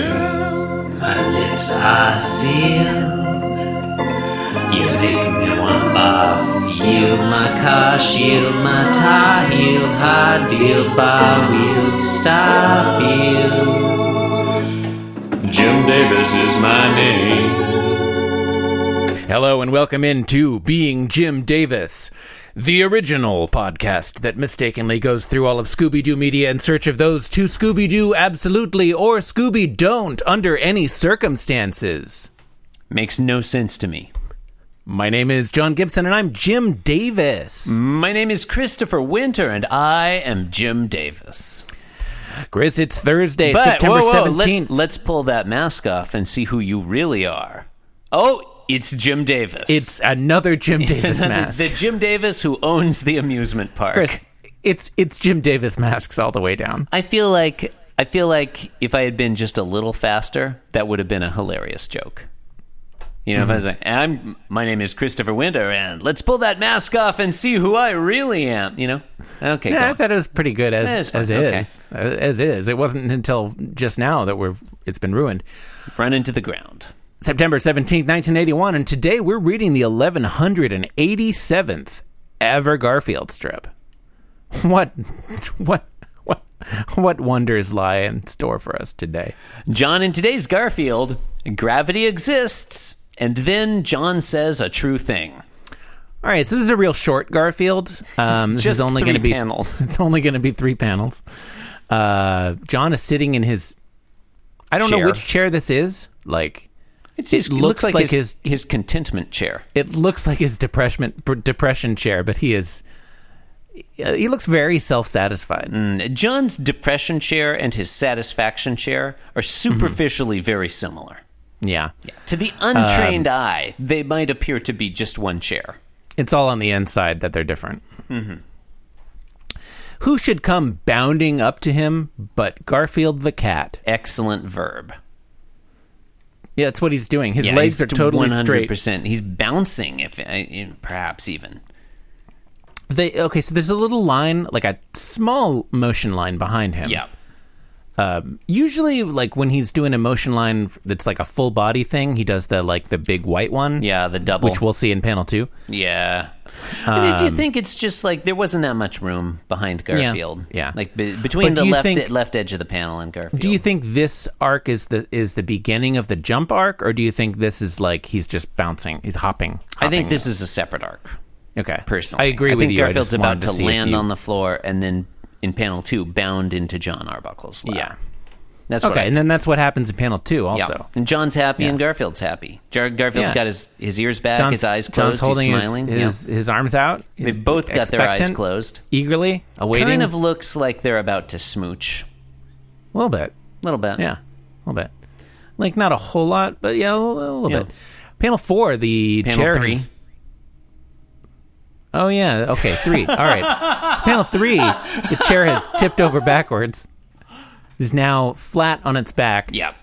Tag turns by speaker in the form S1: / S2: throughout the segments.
S1: Girl, my lips are sealed. You make me want to barf. Yield my car, shield my tie, heel, hard deal, bar wheel, stop you. Jim Davis is my name.
S2: Hello and welcome in to Being Jim Davis, the original podcast that mistakenly goes through all of Scooby Doo media in search of those to Scooby Doo absolutely or Scooby don't under any circumstances.
S3: Makes no sense to me.
S2: My name is John Gibson and I'm Jim Davis.
S3: My name is Christopher Winter, and I am Jim Davis.
S2: Chris, it's Thursday, September
S3: whoa, whoa,
S2: 17th.
S3: Let, us pull that mask off and see who you really are. Oh, it's Jim Davis.
S2: it's another Jim
S3: It's
S2: Davis
S3: another-
S2: mask.
S3: The Jim Davis who owns the amusement park.
S2: Chris, it's it's Jim Davis masks all the way down.
S3: I feel like I feel like if I had been just a little faster, that would have been a hilarious joke. You know, if I was
S2: Mm-hmm.
S3: like, "I'm my name is Christopher Winter, and let's pull that mask off and see who I really am." You know, okay, go
S2: Yeah, I
S3: on.
S2: thought it was pretty good
S3: Yeah,
S2: as
S3: it's fine.
S2: as
S3: Okay.
S2: is Uh, as is. It wasn't until just now that we're it's been ruined.
S3: run into the ground.
S2: September seventeenth, nineteen eighty one, and today we're reading the eleven hundred and eighty seventh ever Garfield strip. What what what what wonders lie in store for us today?
S3: John in today's Garfield, gravity exists, and then John says a true thing.
S2: All right, so this is a real short Garfield. Um, this is
S3: just
S2: only
S3: three
S2: going to be
S3: panels.
S2: It's only going to be three panels. Uh, John is sitting in his. I don't know
S3: Chair.
S2: which chair this is. Like
S3: It's,
S2: It looks like his-
S3: his, his contentment chair.
S2: it looks like his depression depression chair, but he is. He looks very Mm, self satisfied.
S3: John's depression chair and his satisfaction chair are
S2: Mm-hmm.
S3: superficially very similar.
S2: Yeah.
S3: To the untrained
S2: Um,
S3: eye, they might appear to be just one chair.
S2: it's all on the inside that they're different.
S3: Mm-hmm.
S2: Who should come bounding up to him but Garfield the cat?
S3: Excellent verb.
S2: Yeah, that's what he's doing. His
S3: Yeah,
S2: legs
S3: he's
S2: are totally straight.
S3: 100%. He's bouncing, if eh, perhaps even.
S2: They okay, so there's a little line, like a small motion line behind him.
S3: Yeah.
S2: Usually, like when he's doing a motion line that's like a full body thing, he does the like the big white one.
S3: Yeah, the double.
S2: which we'll see in panel two.
S3: Yeah. I do you think it's just like there wasn't that much room behind Garfield?
S2: yeah.
S3: Like be- between
S2: But
S3: the
S2: do you
S3: left e,
S2: think-
S3: left edge of the panel and Garfield.
S2: Do you think this arc is the is the beginning of the jump arc, or do you think this is like he's just bouncing, he's hopping?
S3: I think
S2: hopping?
S3: this is a separate arc.
S2: Okay,
S3: Personally,
S2: I agree
S3: I
S2: with
S3: think
S2: you. I
S3: Garfield's
S2: just wanted
S3: about to,
S2: see if
S3: land
S2: you-
S3: on the floor and then in panel two bound into John Arbuckle's lap.
S2: yeah.
S3: That's what I
S2: Okay, and
S3: think.
S2: then that's what happens in panel two.
S3: Yeah.
S2: Also,
S3: And John's happy and Garfield's happy. Jar- Garfield's
S2: Yeah.
S3: got his, his ears back,
S2: John's,
S3: his eyes
S2: John's
S3: closed,
S2: holding
S3: he's
S2: his-
S3: smiling.
S2: his his, arms out.
S3: They've both got their eyes closed.
S2: eagerly awaiting.
S3: Kind of looks like they're about to smooch.
S2: a little bit.
S3: A little bit.
S2: Yeah, a little bit. Like not a whole lot, but yeah, a little, a little
S3: Yeah.
S2: bit. Panel four, the
S3: Panel
S2: chair
S3: three.
S2: is- Oh yeah, okay, three. All right, it's panel three. The chair has tipped over backwards. Is now flat on its back,
S3: Yeah.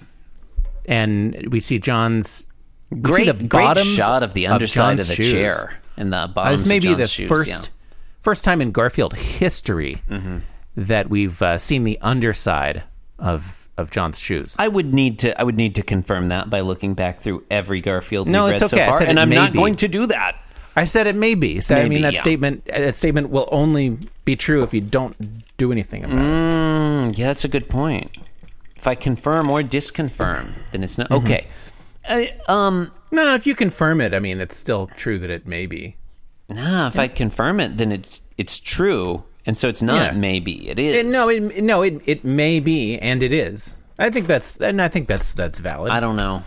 S2: and we see John's. we see
S3: great,
S2: the bottoms
S3: great shot of the underside of,
S2: John's
S3: the
S2: shoes.
S3: chair and the
S2: Uh,
S3: bottoms.
S2: This may
S3: of
S2: be the
S3: John's shoes,
S2: first
S3: yeah.
S2: first time in Garfield history that we've uh, seen the underside of of John's shoes.
S3: I would need to. I would need to confirm that by looking back through every Garfield
S2: No,
S3: we've read
S2: it's okay. I
S3: so far,
S2: said it
S3: and I'm
S2: may
S3: not
S2: be.
S3: going to do that.
S2: I said it may be. So I
S3: Maybe,
S2: mean that
S3: yeah.
S2: statement that statement will only be true if you don't do anything about it.
S3: Mm, yeah, that's a good point. If I confirm or disconfirm, then it's not okay. I, um,
S2: No, if you confirm it, I mean it's still true that it may be.
S3: nah. If I confirm it, then it's it's true, and so it's not
S2: Yeah.
S3: maybe. It is.
S2: It, no, it, no, it it may be and it is. I think that's and I think that's that's valid.
S3: I don't know.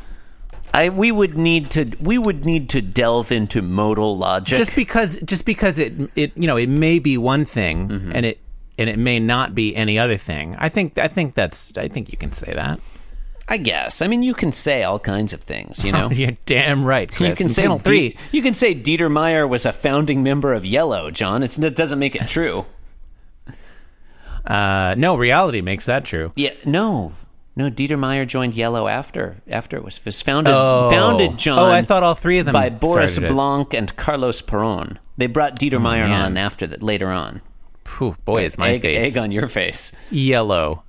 S3: I we would need to we would need to delve into modal logic.
S2: just because just because it it you know it may be one thing
S3: Mm-hmm.
S2: and it and it may not be any other thing. I think I think that's I think you can say that.
S3: I guess. I mean, you can say all kinds of things. You know,
S2: You're damn right. Chris.
S3: Oh. You can
S2: And
S3: say
S2: panel
S3: De-
S2: three.
S3: you can say Dieter Meyer was a founding member of Yellow, John. It's, it doesn't make it true.
S2: Uh, no, reality makes that true.
S3: Yeah, no, no. Dieter Meyer joined Yellow after after it was, was founded.
S2: Oh.
S3: Founded John.
S2: Oh, I thought all three of them
S3: by Boris
S2: started it.
S3: Blanc and Carlos Peron. They brought Dieter Meyer
S2: Oh, man.
S3: on after that later on.
S2: Phew, boy, is my
S3: egg,
S2: face
S3: egg on your face.
S2: yellow.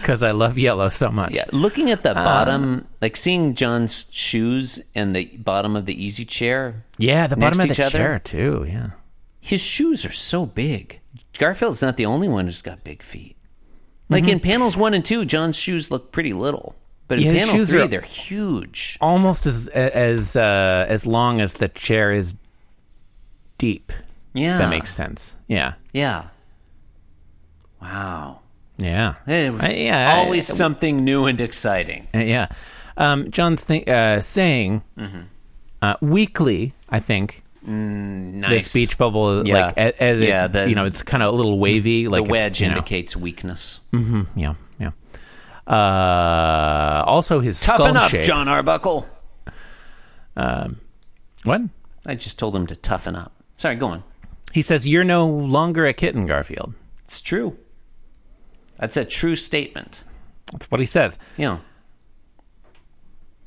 S2: because I love yellow so much.
S3: Yeah, looking at the
S2: Uh,
S3: bottom, like seeing John's shoes and the bottom of the easy chair,
S2: Yeah, the
S3: Next
S2: bottom
S3: to
S2: of the
S3: each other?
S2: chair too. Yeah.
S3: his shoes are so big. Garfield's not the only one who's got big feet. Like in panels one and two, John's shoes look pretty little, but in
S2: Mm-hmm. Yeah, his
S3: panel
S2: shoes
S3: three,
S2: are-
S3: they're huge.
S2: almost as as uh, as long as the chair is deep.
S3: Yeah,
S2: That makes sense. Yeah,
S3: yeah. Wow,
S2: yeah,
S3: Hey, it's
S2: I- yeah, I-
S3: always something new and exciting.
S2: uh, yeah. Um, John's thi- uh, saying
S3: Mm-hmm.
S2: uh, weekly. I think
S3: Nice.
S2: this beach bubble,
S3: Yeah.
S2: like a- as it,
S3: Yeah, the-
S2: you know, it's kind of a little wavy.
S3: the
S2: Like it's,
S3: wedge
S2: you know, Mm.
S3: indicates weakness.
S2: Yeah, yeah. Uh, also, his
S3: Toughen
S2: skull
S3: up,
S2: shape.
S3: John Arbuckle.
S2: What
S3: I just told him to toughen up. Sorry, go on.
S2: he says, "You're no longer a kitten, Garfield."
S3: It's true. That's a true statement.
S2: That's what he says.
S3: You know,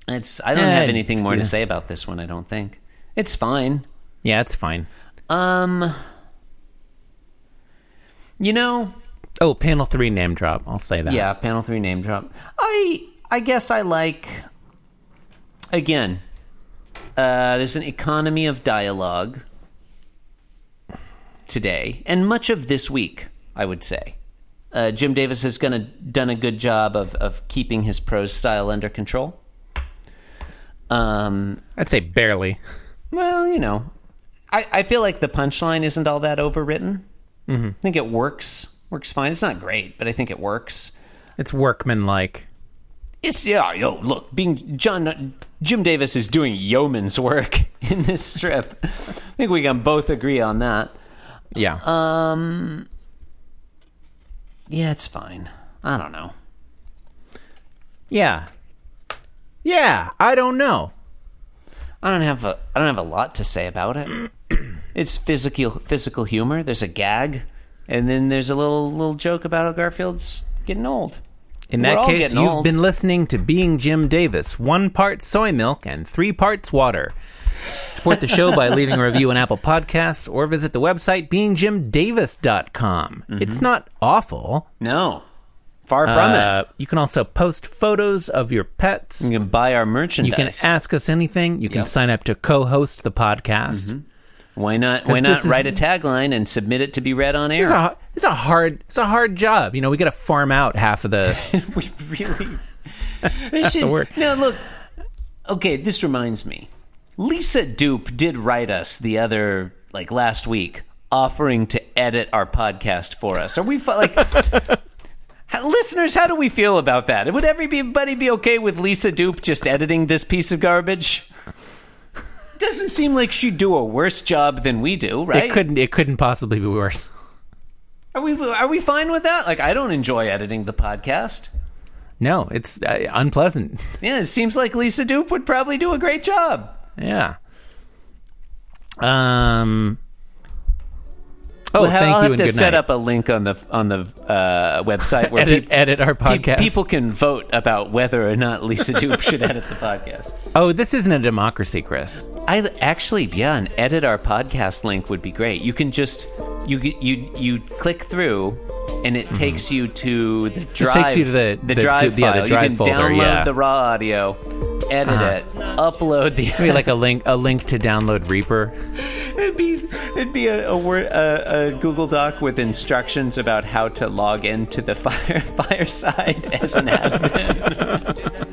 S3: it's. I don't
S2: Eh,
S3: have anything more
S2: yeah.
S3: to say about this one. I don't think it's fine.
S2: Yeah, it's fine.
S3: Um, you know,
S2: Oh, panel three name drop. I'll say that.
S3: yeah. Panel three name drop. I I guess I like. Again, uh, there's an economy of dialogue today, and much of this week, I would say. Uh, Jim Davis has gonna, done a good job of, of keeping his prose style under control. Um,
S2: I'd say barely.
S3: Well, you know, I, I feel like the punchline isn't all that overwritten. I think it works. Works fine. It's not great, but I think it works.
S2: It's workmanlike.
S3: It's yeah. Yo, look, being John Jim Davis is doing yeoman's work in this strip. I think we can both agree on that.
S2: Yeah. Um,
S3: Yeah, it's fine. I don't know.
S2: yeah. Yeah. I don't know.
S3: I don't have a I don't have a lot to say about it. It's physical physical humor. There's a gag, and then there's a little little joke about how Garfield's getting old.
S2: In
S3: We're
S2: that
S3: all
S2: case,
S3: getting
S2: you've
S3: old.
S2: been listening to Being Jim Davis, one part soy milk and three parts water. Support the show by leaving a review on Apple Podcasts or visit the website beingjimdavis.com.
S3: Mm-hmm.
S2: It's not awful.
S3: No, far from it.
S2: Uh, you can also post photos of your pets.
S3: You can buy our merchandise.
S2: You can ask us anything. You can
S3: Yep. Mm-hmm.
S2: sign up to co host the podcast.
S3: Why not? Why not
S2: this is-
S3: write a tagline and submit it to be read on
S2: It's
S3: air?
S2: a it's a hard it's a hard job. You know, we got to farm out half of the.
S3: we really. That's
S2: the word.
S3: Now look. Okay, this reminds me. Lisa Dupe did write us the other like last week, offering to edit our podcast for us. Are we fu- like? How- Listeners, how do we feel about that? Would everybody be okay with Lisa Dupe just editing this piece of garbage? Doesn't seem like she'd do a worse job than we do, right?
S2: it couldn't it couldn't possibly be worse.
S3: Are we are we fine with that? Like I don't enjoy editing the podcast.
S2: No, it's uh, unpleasant.
S3: Yeah, it seems like Lisa Dupe would probably do a great job.
S2: Yeah. Um. Oh,
S3: Well,
S2: thank
S3: I'll
S2: you
S3: have
S2: and
S3: to
S2: good
S3: set
S2: night.
S3: up a link on the on the uh, website where
S2: edit
S3: peop-
S2: edit our
S3: pe-
S2: podcast.
S3: people can vote about whether or not Lisa Dupe should edit the podcast.
S2: oh, this isn't a democracy, Chris.
S3: I actually, yeah, an edit our podcast link would be great. You can just you you you click through, and it takes you to the drive.
S2: Mm-hmm. takes you to the- the-
S3: drive
S2: the- yeah,
S3: file.
S2: the drive
S3: you can
S2: folder,
S3: download
S2: yeah. Uh-huh.
S3: the raw audio, edit it, upload the.
S2: Maybe like a link a link to download Reaper.
S3: It'd be it'd be a, a word a, a Google Doc with instructions about how to log into the fire fireside as an admin.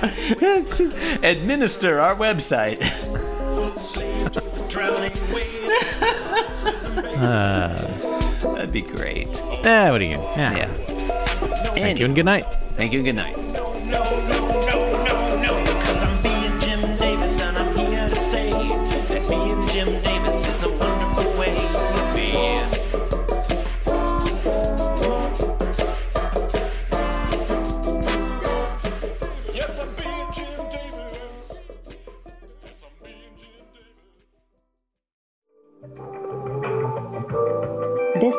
S3: It's just, Administer our website. That'd be great.
S2: Eh, what are you? Yeah.
S3: Yeah.
S2: Thank you and good night.
S3: Thank you. and Good night.
S4: no, no, no, no, no. Cause I'm being Jim Davis and I'm here to say that being Jim Davis is a wonderful way to be. Yes, I'm being Jim Davis. Yes, I'm being Jim Davis.
S5: This